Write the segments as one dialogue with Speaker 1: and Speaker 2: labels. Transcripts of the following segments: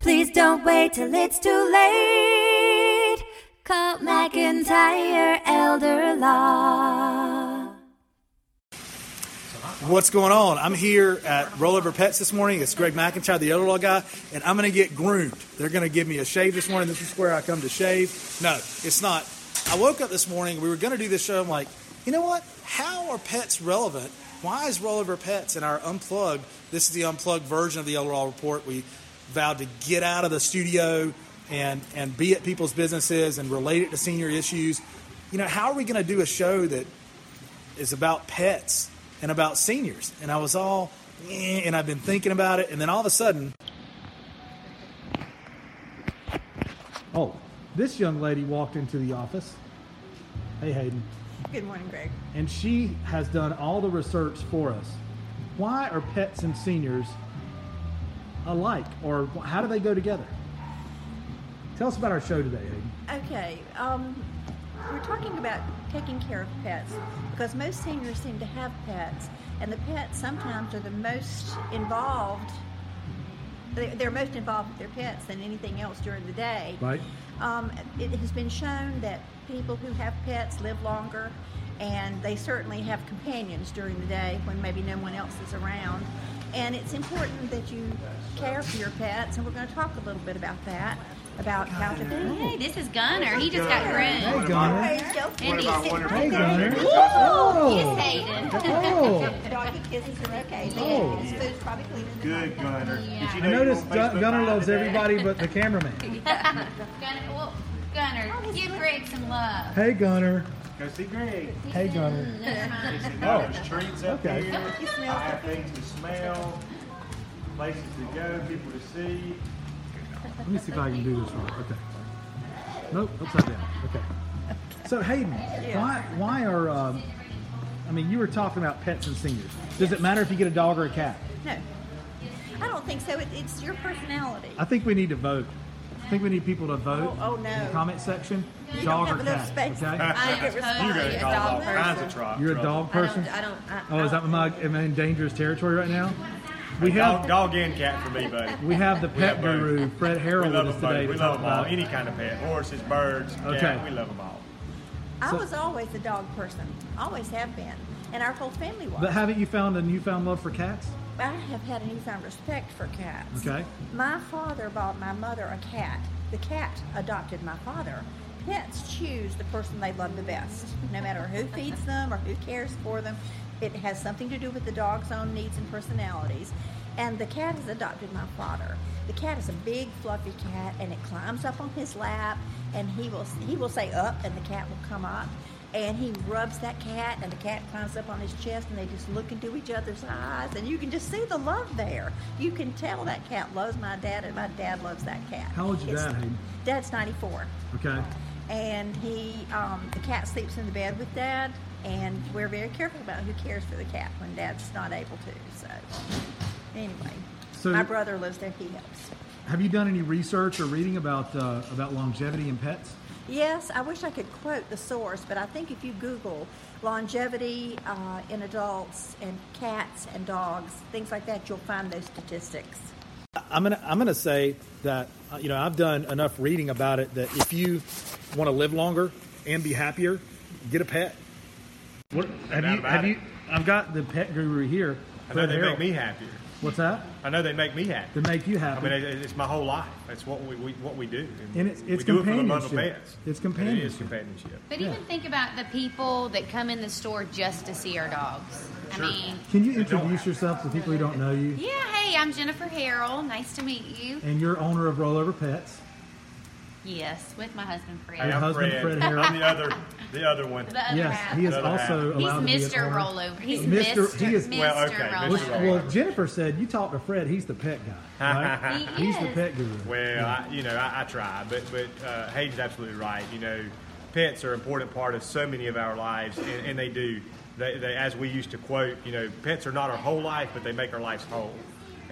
Speaker 1: Please don't wait till it's too late. Call McIntyre Elder Law.
Speaker 2: What's going on? I'm here at Rollover Pets this morning. It's Greg McIntyre, the elder law guy, and I'm going to get groomed. They're going to give me a shave this morning. This is where I come to shave. No, it's not. I woke up this morning. We were going to do this show. I'm like, you know what? How are pets relevant? Why is Rollover Pets and our unplugged? This is the unplugged version of the elder law report. We vowed to get out of the studio and and be at people's businesses and relate it to senior issues. You know, how are we going to do a show that is about pets and about seniors. And I was all, eh, and I've been thinking about it. And then all of a sudden, oh, this young lady walked into the office. Hey, Hayden.
Speaker 3: Good morning, Greg.
Speaker 2: And she has done all the research for us. Why are pets and seniors alike, or how do they go together? Tell us about our show today, Hayden.
Speaker 3: Okay, um, we're talking about taking care of pets because most seniors seem to have pets, and the pets sometimes are the most involved. they- They're most involved with their pets than anything else during the day.
Speaker 2: Right.
Speaker 3: Um, it has been shown that people who have pets live longer, and they certainly have companions during the day when maybe no one else is around. And it's important that you care for your pets, and we're going to talk a little bit about that, about how to do it.
Speaker 4: Hey, this is Gunner. He just got
Speaker 2: Hey,
Speaker 4: groomed.
Speaker 2: Gunner.
Speaker 4: And he's sitting
Speaker 2: Hey,
Speaker 4: right
Speaker 2: Gunner.
Speaker 4: He's
Speaker 2: Oh.
Speaker 4: Hayden.
Speaker 2: Oh.
Speaker 3: Doggy kisses are okay. They
Speaker 2: Oh.
Speaker 3: his food's probably cleaner than
Speaker 5: Good
Speaker 3: mine.
Speaker 5: Gunner. Did you
Speaker 2: I
Speaker 5: know
Speaker 2: noticed
Speaker 5: you were on
Speaker 2: Gun-
Speaker 5: Facebook
Speaker 2: Gunner
Speaker 5: Live
Speaker 2: loves
Speaker 5: today?
Speaker 2: everybody but the cameraman.
Speaker 4: Gunner, well, Gunner, give Greg some love.
Speaker 2: Hey, Gunner.
Speaker 5: Go see Greg.
Speaker 2: Hey, Gunner.
Speaker 4: Never mind.
Speaker 5: You know, there's treats up
Speaker 2: Oh. Okay.
Speaker 5: here. I have things to smell, places to go, people to see.
Speaker 2: Let me see if I can do this right. Okay. Nope, upside down. Okay. So Hayden, why why are um, I mean you were talking about pets and seniors. Does it matter if you get a dog or a cat?
Speaker 3: No. I don't think so. It, it's your personality.
Speaker 2: I think we need to vote. I think we need people to vote
Speaker 3: Oh, oh, no.
Speaker 2: in the comment section.
Speaker 3: You
Speaker 2: dog
Speaker 3: don't
Speaker 2: or
Speaker 3: have
Speaker 2: cat.
Speaker 3: enough space.
Speaker 2: Okay?
Speaker 6: I
Speaker 4: I am
Speaker 6: get responsible.
Speaker 4: totally a
Speaker 6: You're a
Speaker 4: dog
Speaker 6: dog
Speaker 4: person.
Speaker 5: of trouble.
Speaker 2: You're a dog
Speaker 6: I
Speaker 2: person?
Speaker 6: don't. I don't. I,
Speaker 2: Oh, is that my am I in dangerous territory right now? We
Speaker 5: Dog,
Speaker 2: have
Speaker 5: dog and cat for me, buddy.
Speaker 2: we have the pet
Speaker 5: have both.
Speaker 2: guru Fred
Speaker 5: We
Speaker 2: Harrell
Speaker 5: love
Speaker 2: with us
Speaker 5: them, buddy.
Speaker 2: today to
Speaker 5: We
Speaker 2: talk
Speaker 5: love them all.
Speaker 2: about
Speaker 5: Any kind of pet. Horses, birds,
Speaker 2: Okay.
Speaker 5: cat. We love them all.
Speaker 3: I
Speaker 2: so-
Speaker 3: was always a dog person. Always have been. And our whole family was.
Speaker 2: But haven't you found a newfound love for cats?
Speaker 3: I have had a newfound respect for cats.
Speaker 2: Okay.
Speaker 3: My father bought my mother a cat. The cat adopted my father. Pets choose the person they love the best, no matter who feeds them or who cares for them. It has something to do with the dog's own needs and personalities. And the cat has adopted my father. The cat is a big, fluffy cat, and it climbs up on his lap, and he will he will say up, and the cat will come up, and he rubs that cat, and the cat climbs up on his chest, and they just look into each other's eyes, and you can just see the love there. You can tell that cat loves my dad, and my dad loves that cat.
Speaker 2: How old's your
Speaker 3: It's-
Speaker 2: dad, Hayden?
Speaker 3: Dad's ninety-four,
Speaker 2: Okay.
Speaker 3: and he um, the cat sleeps in the bed with dad, and we're very careful about who cares for the cat when dad's not able to. So, anyway,
Speaker 2: So-
Speaker 3: my brother lives there; he helps.
Speaker 2: Have you done any research or reading about uh, about longevity in pets?
Speaker 3: Yes, I wish I could quote the source, but I think if you Google longevity uh, in adults and cats and dogs, things like that, you'll find those statistics.
Speaker 2: I'm gonna I'm gonna say that uh, you know I've done enough reading about it that if you want to live longer and be happier, get a pet. What, have
Speaker 5: doubt
Speaker 2: you?
Speaker 5: about
Speaker 2: Have
Speaker 5: it.
Speaker 2: you? I've got the pet guru here.
Speaker 5: I know
Speaker 2: Fred
Speaker 5: they
Speaker 2: Harrell.
Speaker 5: make me happier.
Speaker 2: What's that?
Speaker 5: I know they make me happy.
Speaker 2: To make you
Speaker 5: I
Speaker 2: happy.
Speaker 5: mean, it- it's my whole life. That's what we, we what we do.
Speaker 2: And it's- it's
Speaker 5: we do it for the love of
Speaker 2: companionship.
Speaker 5: pets.
Speaker 2: It's
Speaker 5: It is
Speaker 2: companionship.
Speaker 5: companionship.
Speaker 4: But even think about the people that come in the store just to see our dogs. I mean,
Speaker 2: Can you
Speaker 5: They don't
Speaker 2: introduce
Speaker 5: have-
Speaker 2: yourself to people who don't know you?
Speaker 4: yeah, hey, I'm Jennifer Harrell. Nice to meet you.
Speaker 2: And you're owner of Rollover Pets.
Speaker 4: Yes, with my husband,
Speaker 5: Hey,
Speaker 4: Fred.
Speaker 2: Your
Speaker 5: I'm
Speaker 2: husband, Fred Harrell.
Speaker 5: I'm the other, the other one.
Speaker 4: The other
Speaker 2: yes,
Speaker 4: half.
Speaker 2: he is
Speaker 5: Another half.
Speaker 2: also
Speaker 4: He's
Speaker 2: allowed to be an
Speaker 4: Mr.
Speaker 2: owner.
Speaker 4: Rollover. He's
Speaker 2: Mr.
Speaker 4: Mr.
Speaker 2: He is-
Speaker 4: Mr.
Speaker 5: Well, okay,
Speaker 2: Well,
Speaker 5: Mr.
Speaker 4: Rollover.
Speaker 2: well, Jennifer said you talk to Fred. He's the pet guy. Right?
Speaker 4: He
Speaker 2: he's the
Speaker 4: is.
Speaker 2: pet guru.
Speaker 5: Well, I, you know, I, I try, but but uh, Hayden's absolutely right. You know, pets are an important part of so many of our lives, and, and they do. They, they, as we used to quote, you know, pets are not our whole life, but they make our lives whole,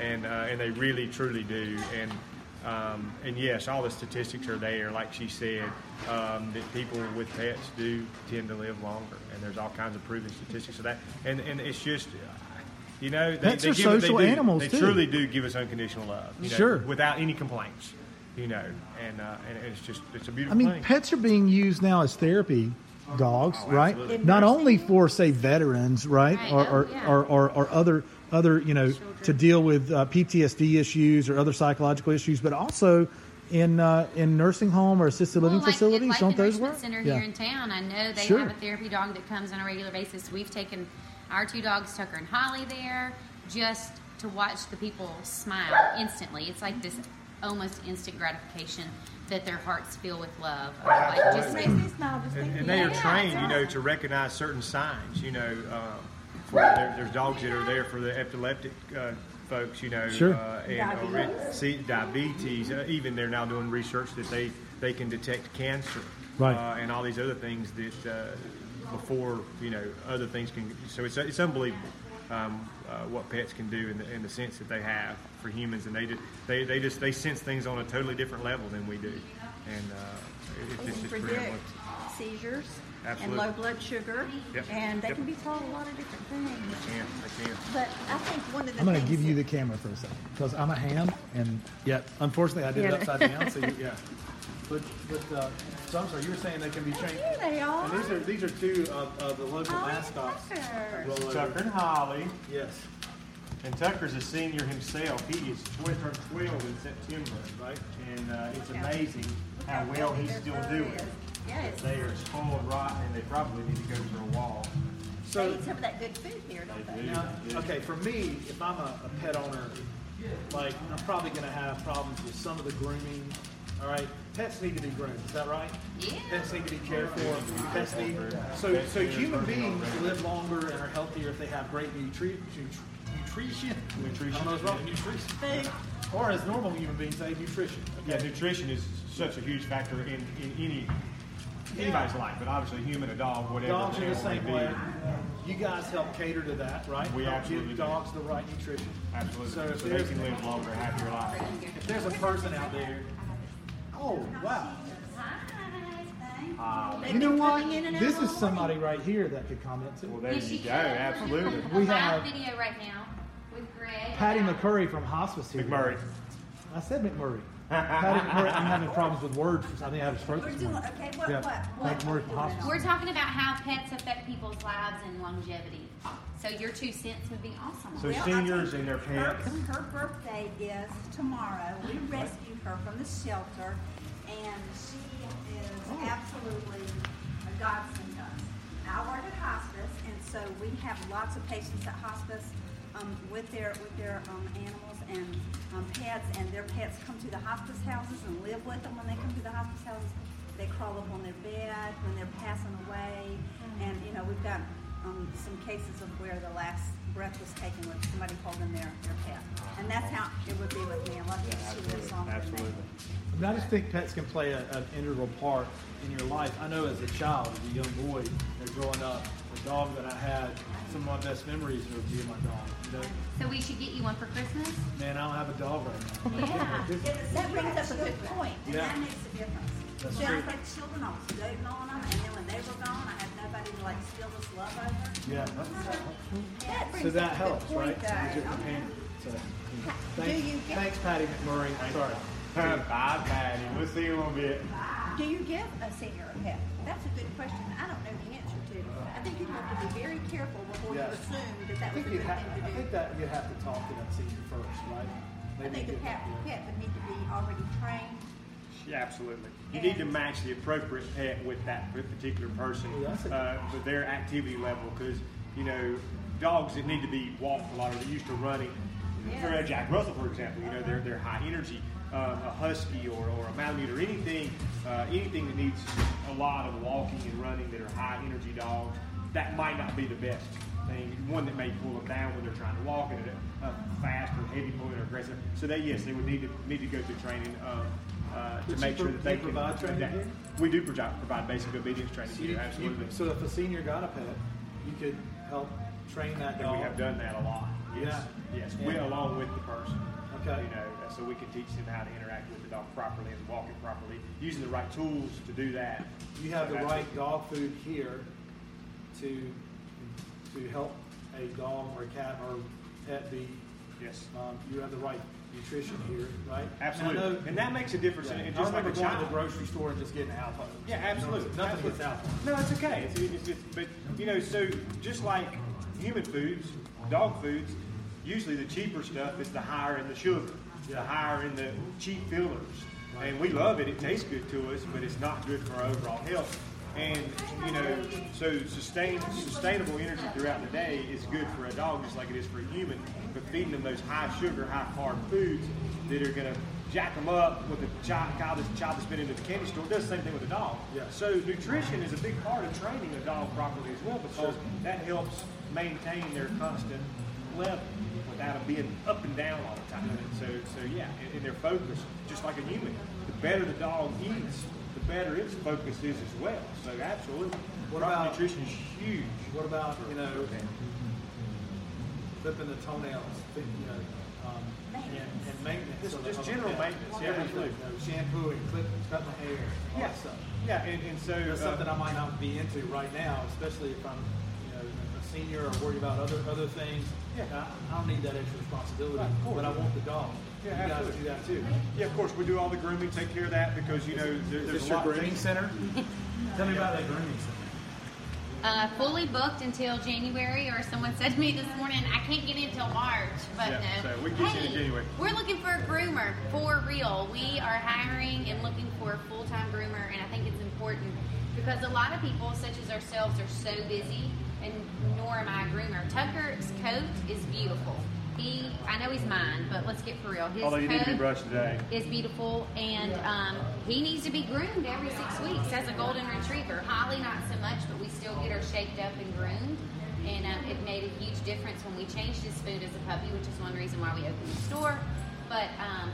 Speaker 5: and uh, and they really truly do. And um, and yes, all the statistics are there, like she said, um, that people with pets do tend to live longer, and there's all kinds of proven statistics of that. And and it's just You know, they,
Speaker 2: Pets
Speaker 5: they
Speaker 2: are
Speaker 5: give, they
Speaker 2: social
Speaker 5: do-
Speaker 2: animals,
Speaker 5: They
Speaker 2: too.
Speaker 5: truly do give us unconditional love. you know,
Speaker 2: Sure.
Speaker 5: without any complaints. You know, and uh, and it's just it's a
Speaker 2: I
Speaker 5: beautiful
Speaker 2: mean,
Speaker 5: thing.
Speaker 2: pets are being used now as therapy dogs,
Speaker 5: Oh,
Speaker 2: right?
Speaker 5: absolutely.
Speaker 2: Not only for say veterans, right,
Speaker 4: Right,
Speaker 2: or,
Speaker 4: oh,
Speaker 2: or,
Speaker 4: yeah.
Speaker 2: or, or or other other you know to deal with uh, PTSD issues or other psychological issues, but also in uh, in nursing home or assisted living
Speaker 4: Well, like the
Speaker 2: facilities.
Speaker 4: Life
Speaker 2: Don't those
Speaker 4: Enrichment
Speaker 2: work?
Speaker 4: Center
Speaker 2: yeah.
Speaker 4: here in town. I know they
Speaker 2: Sure.
Speaker 4: have a therapy dog that comes on a regular basis. We've taken our two dogs, Tucker and Holly, there just to watch the people smile instantly. It's like this almost instant gratification that their hearts fill with love.
Speaker 5: Oh,
Speaker 4: Or like just
Speaker 3: Makes me smile just
Speaker 5: and,
Speaker 3: thinking
Speaker 5: and they
Speaker 4: Yeah,
Speaker 5: are trained,
Speaker 4: it's
Speaker 5: you know,
Speaker 4: awesome.
Speaker 5: to recognize certain signs. You know, um, for there, there's dogs that are there for the epileptic uh, folks. You know,
Speaker 2: Sure.
Speaker 5: uh, and or it-
Speaker 3: Diabetes.
Speaker 5: see, diabetes. Uh, even they're now doing research that they they can detect cancer,
Speaker 2: Right.
Speaker 5: Uh, and all these other things that uh, before you know other things can. So it's it's unbelievable. Um, uh, what pets can do in the, in the sense that they have for humans, and they do, they they just they sense things on a totally different level than we do, and uh, it- it's
Speaker 3: They
Speaker 5: just
Speaker 3: can
Speaker 5: it's
Speaker 3: predict
Speaker 5: pretty
Speaker 3: seizures
Speaker 5: Absolutely.
Speaker 3: and low blood sugar,
Speaker 5: Yep.
Speaker 3: and they
Speaker 5: Yep.
Speaker 3: can be taught a lot of different things.
Speaker 5: Yeah, I can.
Speaker 3: But I think one of the
Speaker 2: I'm going to
Speaker 3: things
Speaker 2: give you
Speaker 3: that-
Speaker 2: the camera for a second because I'm a ham, and yeah, unfortunately I did it
Speaker 7: Yeah.
Speaker 2: upside down. So you, yeah, but but uh, so I'm sorry, you were saying they can be trained.
Speaker 3: Here they are.
Speaker 2: And these are these are two of, of the
Speaker 4: Oh,
Speaker 2: local
Speaker 3: Holly
Speaker 2: mascots.
Speaker 3: Tucker.
Speaker 2: Roll over.
Speaker 5: Tucker and Holly,
Speaker 2: Yes.
Speaker 5: and Tucker's a senior himself. He is 12, turned 12 in September, right? And uh, it's amazing how well he's still doing.
Speaker 3: Yeah, it's
Speaker 5: They are full of rot, and they probably need to go for a walk.
Speaker 3: they
Speaker 2: So
Speaker 3: eat some of that good food here, don't they?
Speaker 2: now, okay, for me, if I'm a, a pet owner, like I'm probably going to have problems with some of the grooming. All right, pets need to be groomed. Is that right?
Speaker 4: Yeah.
Speaker 2: Pets need to be cared for. Pets need so so human beings live longer and are healthier if they have great nutri- nutri- nutrition. Nutrition. I don't know what's wrong. Nutrition. Or as normal human beings say, nutrition.
Speaker 5: Yeah, nutrition is such a huge factor in, in any anybody's life, but obviously human, a dog, whatever.
Speaker 2: Dogs are the
Speaker 5: animal may
Speaker 2: same
Speaker 5: be.
Speaker 2: way. You guys help cater to that, right?
Speaker 5: We
Speaker 2: help
Speaker 5: absolutely
Speaker 2: give
Speaker 5: do.
Speaker 2: dogs the right nutrition.
Speaker 5: Absolutely.
Speaker 2: So if
Speaker 5: So they
Speaker 2: there's,
Speaker 5: can live longer, happier lives.
Speaker 2: if there's a person out there, oh wow, you know what? This is somebody right here that could comment
Speaker 5: Well,
Speaker 2: too.
Speaker 5: there
Speaker 4: Yes,
Speaker 5: you
Speaker 4: she
Speaker 5: go.
Speaker 4: can.
Speaker 5: Absolutely.
Speaker 2: We
Speaker 4: a live
Speaker 2: have-
Speaker 4: video right now with Greg.
Speaker 2: Patty McCurry from hospice here.
Speaker 5: McMurray.
Speaker 2: I said McMurray. Patty McMurray. I'm having problems with words. I think I had a stroke
Speaker 3: We're
Speaker 2: this
Speaker 3: doing
Speaker 2: morning.
Speaker 3: okay. What?
Speaker 2: Yeah,
Speaker 3: What?
Speaker 2: Patty
Speaker 3: What?
Speaker 2: McMurray from hospice.
Speaker 4: We're talking about how pets affect people's lives and longevity. So your two cents would be awesome.
Speaker 5: So seniors and their pets.
Speaker 3: Her, her birthday is tomorrow. We rescued her from the shelter, and she is absolutely a godsend to us. I work at hospice, and so we have lots of patients at hospice um, with their with their um, animals and um, pets, and their pets come to the hospice houses and live with them when they come to the hospice houses. They crawl up on their bed when they're passing away, and you know we've got um, some cases of where the last breath was taken with somebody holding their, their pet. And that's how it would be with me. I love that she lives longer than me.
Speaker 5: Absolutely.
Speaker 2: I mean, I just think pets can play a, an integral part in your life. I know as a child, as a young boy, you know, growing up, the dog that I had, some of my best memories are of being my dog. You know,
Speaker 4: So we should get you one for Christmas.
Speaker 2: man, I don't have a dog right now.
Speaker 4: Yeah.
Speaker 3: That brings up a good point, and
Speaker 2: Yeah.
Speaker 3: that makes a difference.
Speaker 2: That's
Speaker 3: When I
Speaker 2: true.
Speaker 3: had children, I was doting on them, and then when they were gone, I had nobody to like spill this love over.
Speaker 2: Yeah.
Speaker 3: That brings
Speaker 2: So that
Speaker 3: up a good
Speaker 2: helps,
Speaker 3: point,
Speaker 2: right? As
Speaker 3: though.
Speaker 2: your companion. So,
Speaker 3: Do
Speaker 2: thanks,
Speaker 3: you get-
Speaker 2: thanks, Patty McMurray. Sorry.
Speaker 5: Bye, Patty. We'll see you in a bit.
Speaker 3: Do you give a senior a pet? That's a good question. I don't know the answer to. I think you have to be very careful before
Speaker 2: Yes.
Speaker 3: you assume that
Speaker 2: I
Speaker 3: that was
Speaker 2: think
Speaker 3: a
Speaker 2: you'd
Speaker 3: good
Speaker 2: have,
Speaker 3: thing
Speaker 2: I
Speaker 3: to do.
Speaker 2: think that you'd have to talk to that senior first, right?
Speaker 3: I think the
Speaker 2: get-
Speaker 3: pet, the pet would need to be already trained.
Speaker 5: Yeah, absolutely. You need to match the appropriate pet with that particular person,
Speaker 2: Well, that's a-
Speaker 5: uh, with their activity level, because you know dogs that need to be walked a lot or they're used to running. For a Jack Russell, for example, you know they're they're high energy. Um, a husky or, or a malamute or anything uh, anything that needs a lot of walking and running that are high energy dogs that might not be the best thing. One that may pull them down when they're trying to walk and a, a fast or heavy pull or aggressive. So they yes they would need to need to go through training. Um, uh, to
Speaker 2: Would
Speaker 5: make
Speaker 2: you
Speaker 5: sure
Speaker 2: pro-
Speaker 5: that they
Speaker 2: do
Speaker 5: can
Speaker 2: you provide training
Speaker 5: that-
Speaker 2: here?
Speaker 5: We do provide, provide basic obedience training
Speaker 2: So, you-
Speaker 5: here,
Speaker 2: you-
Speaker 5: absolutely.
Speaker 2: so if a senior got a pet, you could help train that
Speaker 5: and
Speaker 2: dog.
Speaker 5: we have done that a lot. Yes,
Speaker 2: Yeah.
Speaker 5: yes,
Speaker 2: Yeah.
Speaker 5: we along with the person.
Speaker 2: Okay.
Speaker 5: you know, uh, so we can teach them how to interact with the dog properly and walk it properly, using the right tools to do that.
Speaker 2: You have the
Speaker 5: That's
Speaker 2: right
Speaker 5: it.
Speaker 2: dog food here to to help a dog or a cat or Pet B.
Speaker 5: Yes.
Speaker 2: Um, you have the right nutrition here, right?
Speaker 5: Absolutely.
Speaker 2: And I know-
Speaker 5: And that makes a difference.
Speaker 2: Yeah.
Speaker 5: And- And
Speaker 2: I
Speaker 5: just like
Speaker 2: remember
Speaker 5: a
Speaker 2: going to the
Speaker 5: child.
Speaker 2: grocery store and just getting Alpo.
Speaker 5: Yeah, absolutely.
Speaker 2: Nothing against Alpo.
Speaker 5: No, it's okay. It's, it's, it's, but you know, so just like human foods, dog foods, usually the cheaper stuff is the higher in the sugar, the
Speaker 2: Yeah.
Speaker 5: higher in the cheap fillers, and we love it. It tastes good to us, but it's not good for our overall health. And you know, so sustain, sustainable energy throughout the day is good for a dog, just like it is for a human. But feeding them those high sugar, high carb foods that are going to jack them up with a child, child that's child that's been into the candy store does the same thing with a dog.
Speaker 2: Yeah.
Speaker 5: So nutrition is a big part of training a dog properly as well because that helps maintain their constant level without them being up and down all the time. And so, so yeah, and, and their focus, just like a human, the better the dog eats, the better its focus is as well. So absolutely,
Speaker 2: What
Speaker 5: proper
Speaker 2: about-
Speaker 5: nutrition is huge.
Speaker 2: What about, you know, clipping the toenails, you know, um, and, and maintenance?
Speaker 5: Just-
Speaker 2: of the-
Speaker 5: just
Speaker 2: of the
Speaker 5: general
Speaker 2: pet?
Speaker 5: maintenance,
Speaker 2: Yeah,
Speaker 5: every
Speaker 2: you know,
Speaker 5: fluke.
Speaker 2: Shampooing, clip, cut my hair, all
Speaker 5: Yeah,
Speaker 2: that stuff.
Speaker 5: yeah, and, and so
Speaker 2: That's
Speaker 5: uh,
Speaker 2: something I might not be into right now, especially if I'm, you know, a senior or worried about other, other things.
Speaker 5: Yeah.
Speaker 2: I, I don't need that extra responsibility,
Speaker 5: Right, of course.
Speaker 2: but I want the dog.
Speaker 5: Yeah,
Speaker 2: You guys
Speaker 5: absolutely.
Speaker 2: do that too.
Speaker 5: yeah, of course we do all the grooming, take care of that because you know there, there's a lot of things
Speaker 2: center? Tell me about that grooming center.
Speaker 4: Uh, fully booked until January, or someone said to me this morning, I can't get in till March. But
Speaker 5: Yeah,
Speaker 4: no.
Speaker 5: so we can get you in
Speaker 4: Hey,
Speaker 5: January.
Speaker 4: We're looking for a groomer for real. We are hiring and looking for a full time groomer, and I think it's important because a lot of people, such as ourselves, are so busy. And nor am I a groomer. Tucker's coat is beautiful. He, I know he's mine, but let's get for real. His
Speaker 5: Although you need to be
Speaker 4: coat-
Speaker 5: brushed today.
Speaker 4: is beautiful, and um, he needs to be groomed every six weeks as a golden retriever. Holly, not so much, but we still get her shaped up and groomed. And um, it made a huge difference when we changed his food as a puppy, which is one reason why we opened the store. But um,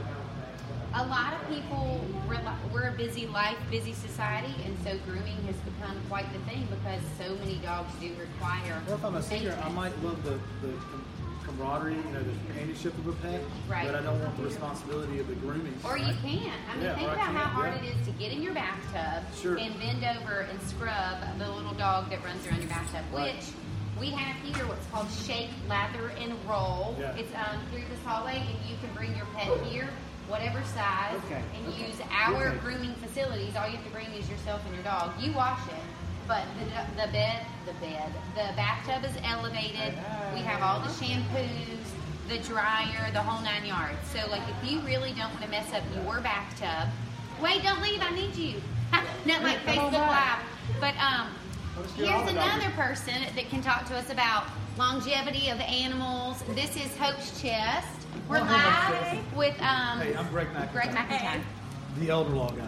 Speaker 4: a lot of people, rely, we're a busy life, busy society, and so grooming has become quite the thing because so many dogs do require.
Speaker 2: Or if I'm a senior, I
Speaker 4: maintenance.
Speaker 2: might love the, the com- camaraderie, you know, the companionship of a pet,
Speaker 4: Right.
Speaker 2: but I don't want the responsibility of the grooming.
Speaker 4: Or you
Speaker 2: right?
Speaker 4: can. I mean,
Speaker 2: Yeah,
Speaker 4: think
Speaker 2: or I
Speaker 4: about how
Speaker 2: can,
Speaker 4: hard
Speaker 2: yeah.
Speaker 4: it is to get in your bathtub
Speaker 2: Sure.
Speaker 4: and bend over and scrub the little dog that runs around your bathtub,
Speaker 2: Right.
Speaker 4: which we have here what's called shake, lather, and roll.
Speaker 2: Yeah. Oh.
Speaker 4: It's um, through this hallway, and you can bring your pet here, whatever size,
Speaker 2: Okay,
Speaker 4: and
Speaker 2: okay,
Speaker 4: use our
Speaker 2: okay.
Speaker 4: grooming facilities. All you have to bring is yourself and your dog. You wash it. But the, the bed, the bed, the bathtub is elevated.
Speaker 2: Uh-huh.
Speaker 4: We have all the shampoos, the dryer, the whole nine yards. So, like, if you really don't want to mess up your bathtub, wait, don't leave. I need you. Not like Facebook Live. But um,
Speaker 5: Let's get on
Speaker 4: here's
Speaker 5: it, Dr.
Speaker 4: another person that can talk to us about longevity of animals. This is Hope's Chest. We're live with um,
Speaker 2: Hey, I'm Greg McIntyre.
Speaker 4: Greg McIntyre.
Speaker 2: The elder law guy.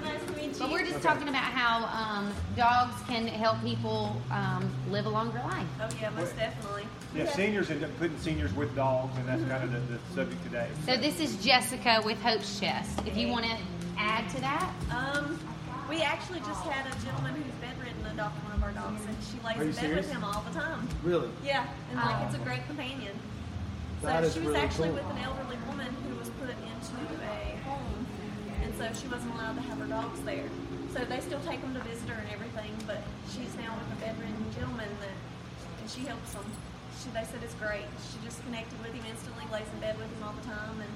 Speaker 7: Nice to meet
Speaker 4: But
Speaker 7: you.
Speaker 4: we're just talking about how um, dogs can help people um, live a longer life.
Speaker 7: Oh yeah, most definitely.
Speaker 5: Yeah, seniors end up putting seniors with dogs, and that's kind of the, the subject today.
Speaker 4: So this is Jessica with Hope's Chest. If you want to add to that,
Speaker 7: Um, we actually just had a gentleman who's bedridden adopt one of our dogs, and she lays
Speaker 2: Are you
Speaker 7: in bed
Speaker 2: serious?
Speaker 7: with him all the time.
Speaker 2: Really?
Speaker 7: Yeah, and like it's a great companion.
Speaker 2: That
Speaker 7: so
Speaker 2: is
Speaker 7: she was
Speaker 2: really
Speaker 7: actually
Speaker 2: cool.
Speaker 7: with an elderly woman who was put into a home, and so she wasn't allowed to have her dogs there. So they still take them to visit her and everything, but she's now with a bedridden gentleman that, and she helps them. She, they said it's great. She just connected with him instantly, lays in bed with him all the time, and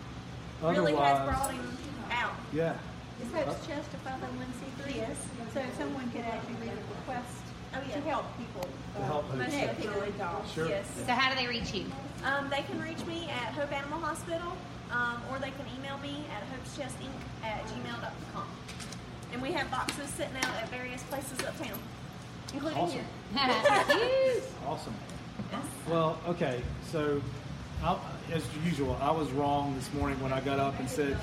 Speaker 7: really has
Speaker 2: Otherwise-
Speaker 7: brought him out.
Speaker 2: Yeah.
Speaker 3: Is Hope's Chest a 501c3? Yes. So someone could actually read a request
Speaker 7: Oh, yeah.
Speaker 3: to help people.
Speaker 2: To help Hope's
Speaker 7: Most
Speaker 3: Connect
Speaker 7: definitely.
Speaker 3: with dogs.
Speaker 2: Oh, Sure.
Speaker 7: Yes.
Speaker 4: so how do they reach you?
Speaker 7: Um, they can reach me at Hope Animal Hospital, um, or they can email me at hopeschestinc at gmail.com. And we have boxes sitting out at various places uptown, including
Speaker 2: Awesome.
Speaker 7: here.
Speaker 4: Yes.
Speaker 2: Awesome. Well, okay. So, I, as usual, I was wrong this morning when I got up and said,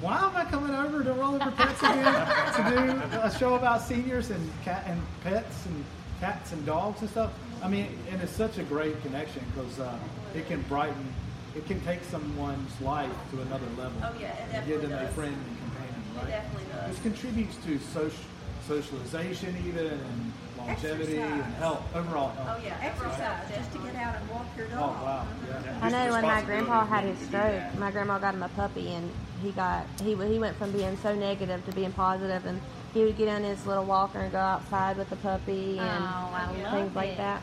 Speaker 2: "Why am I coming over to Rollover Pets again to do a show about seniors and cat and pets and cats and dogs and stuff?" I mean, and it's such a great connection because uh, it can brighten, it can take someone's life to another level.
Speaker 7: Oh, yeah, it
Speaker 2: and
Speaker 7: definitely
Speaker 2: give them a
Speaker 7: does.
Speaker 2: friend and companion,
Speaker 7: It
Speaker 2: right?
Speaker 7: definitely does.
Speaker 2: This contributes to social socialization, even and longevity and
Speaker 3: Exercise.
Speaker 2: health overall. Health.
Speaker 7: Oh, yeah.
Speaker 3: Exercise, just to get out and walk your
Speaker 2: Oh
Speaker 3: dog.
Speaker 2: wow! Yeah.
Speaker 8: I know when my grandpa had his
Speaker 5: Responsibility to do
Speaker 8: stroke, my grandma got him a puppy, and he got he w- he went from being so negative to being positive, and he would get on his little walker and go outside with the puppy
Speaker 4: Oh,
Speaker 8: and
Speaker 4: I love
Speaker 8: things like
Speaker 4: it.
Speaker 8: that.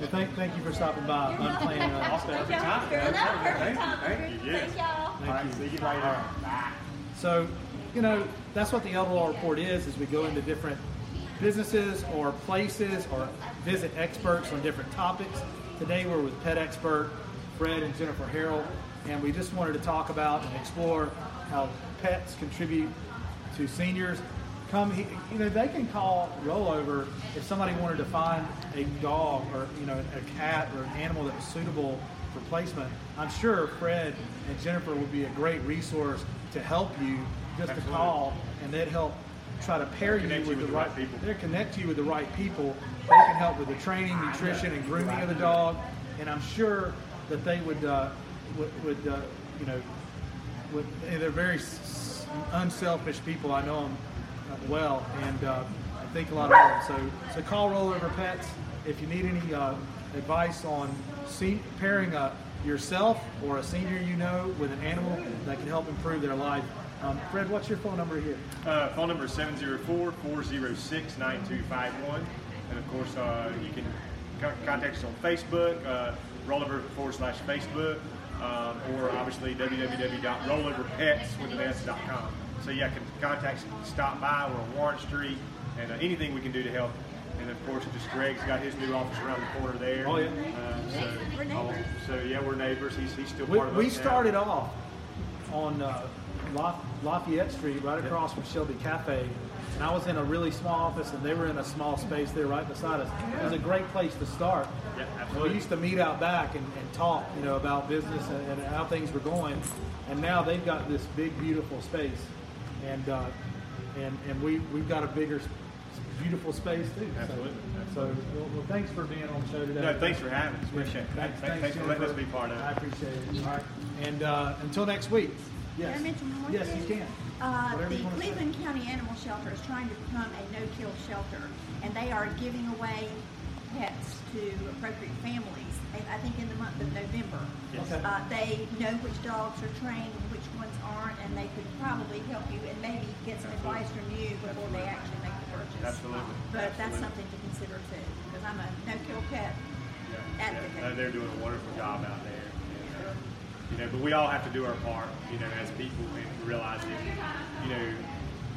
Speaker 2: Well, thank, thank you for stopping by. I'm playing uh,
Speaker 7: Awesome.
Speaker 2: Austin.
Speaker 7: Thank y'all. Another perfect
Speaker 5: Thank you.
Speaker 7: time.
Speaker 5: Yes.
Speaker 7: Thank y'all.
Speaker 2: Thank you.
Speaker 5: See you later.
Speaker 2: So, you know, that's what the Elder report is, is we go into different businesses or places or visit experts on different topics. Today we're with pet expert Fred and Jennifer Harrell, and we just wanted to talk about and explore how pets contribute to seniors. Come, he- you know, they can call rollover if somebody wanted to find a dog or, you know, a cat or an animal that was suitable for placement. I'm sure Fred and Jennifer would be a great resource to help you just to
Speaker 5: Absolutely.
Speaker 2: call, and they'd help try to pair you
Speaker 5: Connect
Speaker 2: with, the, right
Speaker 5: people.
Speaker 2: They connect you with the right people. They can help with the training, nutrition, and grooming of the dog, and I'm sure that they would uh, would, would uh, you know would, they're very s- unselfish people. I know them uh, well, and uh, I think a lot of them. So so call rollover pets if you need any uh, advice on se- pairing a yourself or a senior you know with an animal that can help improve their life. Um, Fred, what's your phone number here?
Speaker 5: Uh, phone number is 704-406-9251. And of course, uh, you can con- contact us on Facebook, uh, rollover forward slash Facebook, um, or obviously www.rolloverpets with an S dot com. So yeah, can contact us, stop by. We're on Warren Street, and uh, anything we can do to help. And of course, just Greg's got his new office around the corner there.
Speaker 2: Oh, yeah.
Speaker 5: Uh, so, oh,
Speaker 3: We're neighbors.
Speaker 5: so yeah, we're neighbors. He's, he's still
Speaker 2: We,
Speaker 5: part of
Speaker 2: we
Speaker 5: us now.
Speaker 2: started off on uh, La- Lafayette Street, right across from Shelby Cafe, and I was in a really small office, and they were in a small space there right beside us. It was a great place to start.
Speaker 5: Yeah,
Speaker 2: And we used to meet out back and, and talk, you know, about business and, and how things were going. And now they've got this big, beautiful space, and uh, and and we we've got a bigger, s- beautiful space too. So-
Speaker 5: Absolutely.
Speaker 2: So, well, well, thanks for being on the show today.
Speaker 5: No, thanks for having us.
Speaker 2: Yeah,
Speaker 5: Appreciate it.
Speaker 2: Thanks,
Speaker 5: Thanks, thanks for letting us be
Speaker 2: Jennifer.
Speaker 5: part of it.
Speaker 2: I appreciate it. All right. And uh, until next week. Yes.
Speaker 3: Can I mention one more
Speaker 2: yes,
Speaker 3: thing?
Speaker 2: you can.
Speaker 3: Uh,
Speaker 2: Whatever
Speaker 3: the
Speaker 2: you wanna say.
Speaker 3: Cleveland County Animal Shelter is trying to become a no-kill shelter, and they are giving away pets to appropriate families. and I think in the month of November,
Speaker 2: Yes. Okay.
Speaker 3: uh, they know which dogs are trained, and which ones aren't, and they could probably help you and maybe get some advice from you before they actually make the purchase.
Speaker 5: Absolutely.
Speaker 3: But that's
Speaker 5: Absolutely.
Speaker 3: something to consider too, because I'm a no-kill pet
Speaker 5: Yeah,
Speaker 3: advocate.
Speaker 5: yeah. No, they're doing a wonderful job out there. And, uh, you know, but we all have to do our part, you know, as people and realize that, you know,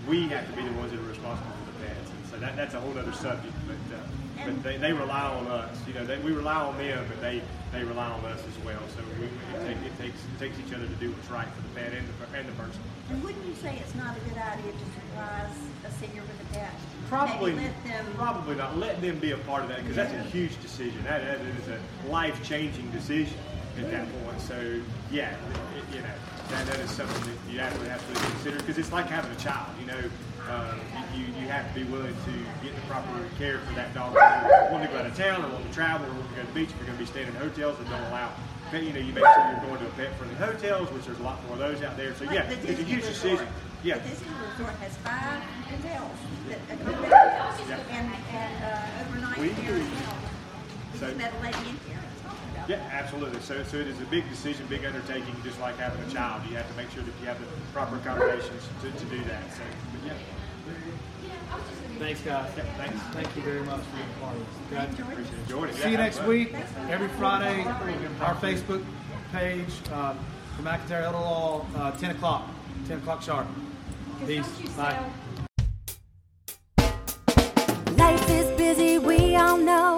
Speaker 5: we have to be the ones that are responsible for the pets. And so that, that's a whole other subject. But, uh, but they, they rely on us. You know, they, we rely on them, but they, they rely on us as well. So we, it, take, it, takes, it takes each other to do what's right for the pet and the, and the person.
Speaker 3: And wouldn't you say it's not a good idea to surprise a senior with a pet?
Speaker 5: Probably,
Speaker 3: Maybe let them.
Speaker 5: probably not. Let them be a part of that because that's a huge decision. That, that is a life-changing decision at that point. So yeah, it, you know, that, that is something that you have to absolutely consider because it's like having a child. You know, uh, you you have to be willing to get the proper care for that dog. Whether you Want to go out of town or want to travel or want to go to the beach? If you're going to be staying in hotels that don't allow. Pet, you know, you make sure you're going to a pet-friendly hotels, which there's a lot more of those out there. So
Speaker 3: Like
Speaker 5: yeah,
Speaker 3: the
Speaker 5: it's a
Speaker 3: Disney
Speaker 5: huge
Speaker 3: resort.
Speaker 5: decision. Yeah.
Speaker 3: The Disney resort has five hotels that accommodate us,
Speaker 5: Yeah.
Speaker 3: and, and uh, overnight
Speaker 5: We
Speaker 3: care as
Speaker 5: do.
Speaker 3: well. We
Speaker 5: So-
Speaker 3: just met a lady in here and talked about
Speaker 5: Yeah,
Speaker 3: it.
Speaker 5: absolutely. So, so it is a big decision, big undertaking, just like having a child. You have to make sure that you have the proper accommodations to, to do that. So, but yeah,
Speaker 2: Thanks, guys.
Speaker 5: yeah, thanks.
Speaker 2: Thank you very much for being part of this. Okay?
Speaker 3: Enjoyed it.
Speaker 5: Enjoyed it.
Speaker 2: See you
Speaker 5: Yeah,
Speaker 2: next
Speaker 5: but-
Speaker 2: week. Every Friday, our Facebook page, uh, the McIntyre Elder Law, uh, 10 o'clock. 10 o'clock sharp. Peace. Bye.
Speaker 1: Life is busy, we all know.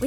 Speaker 1: We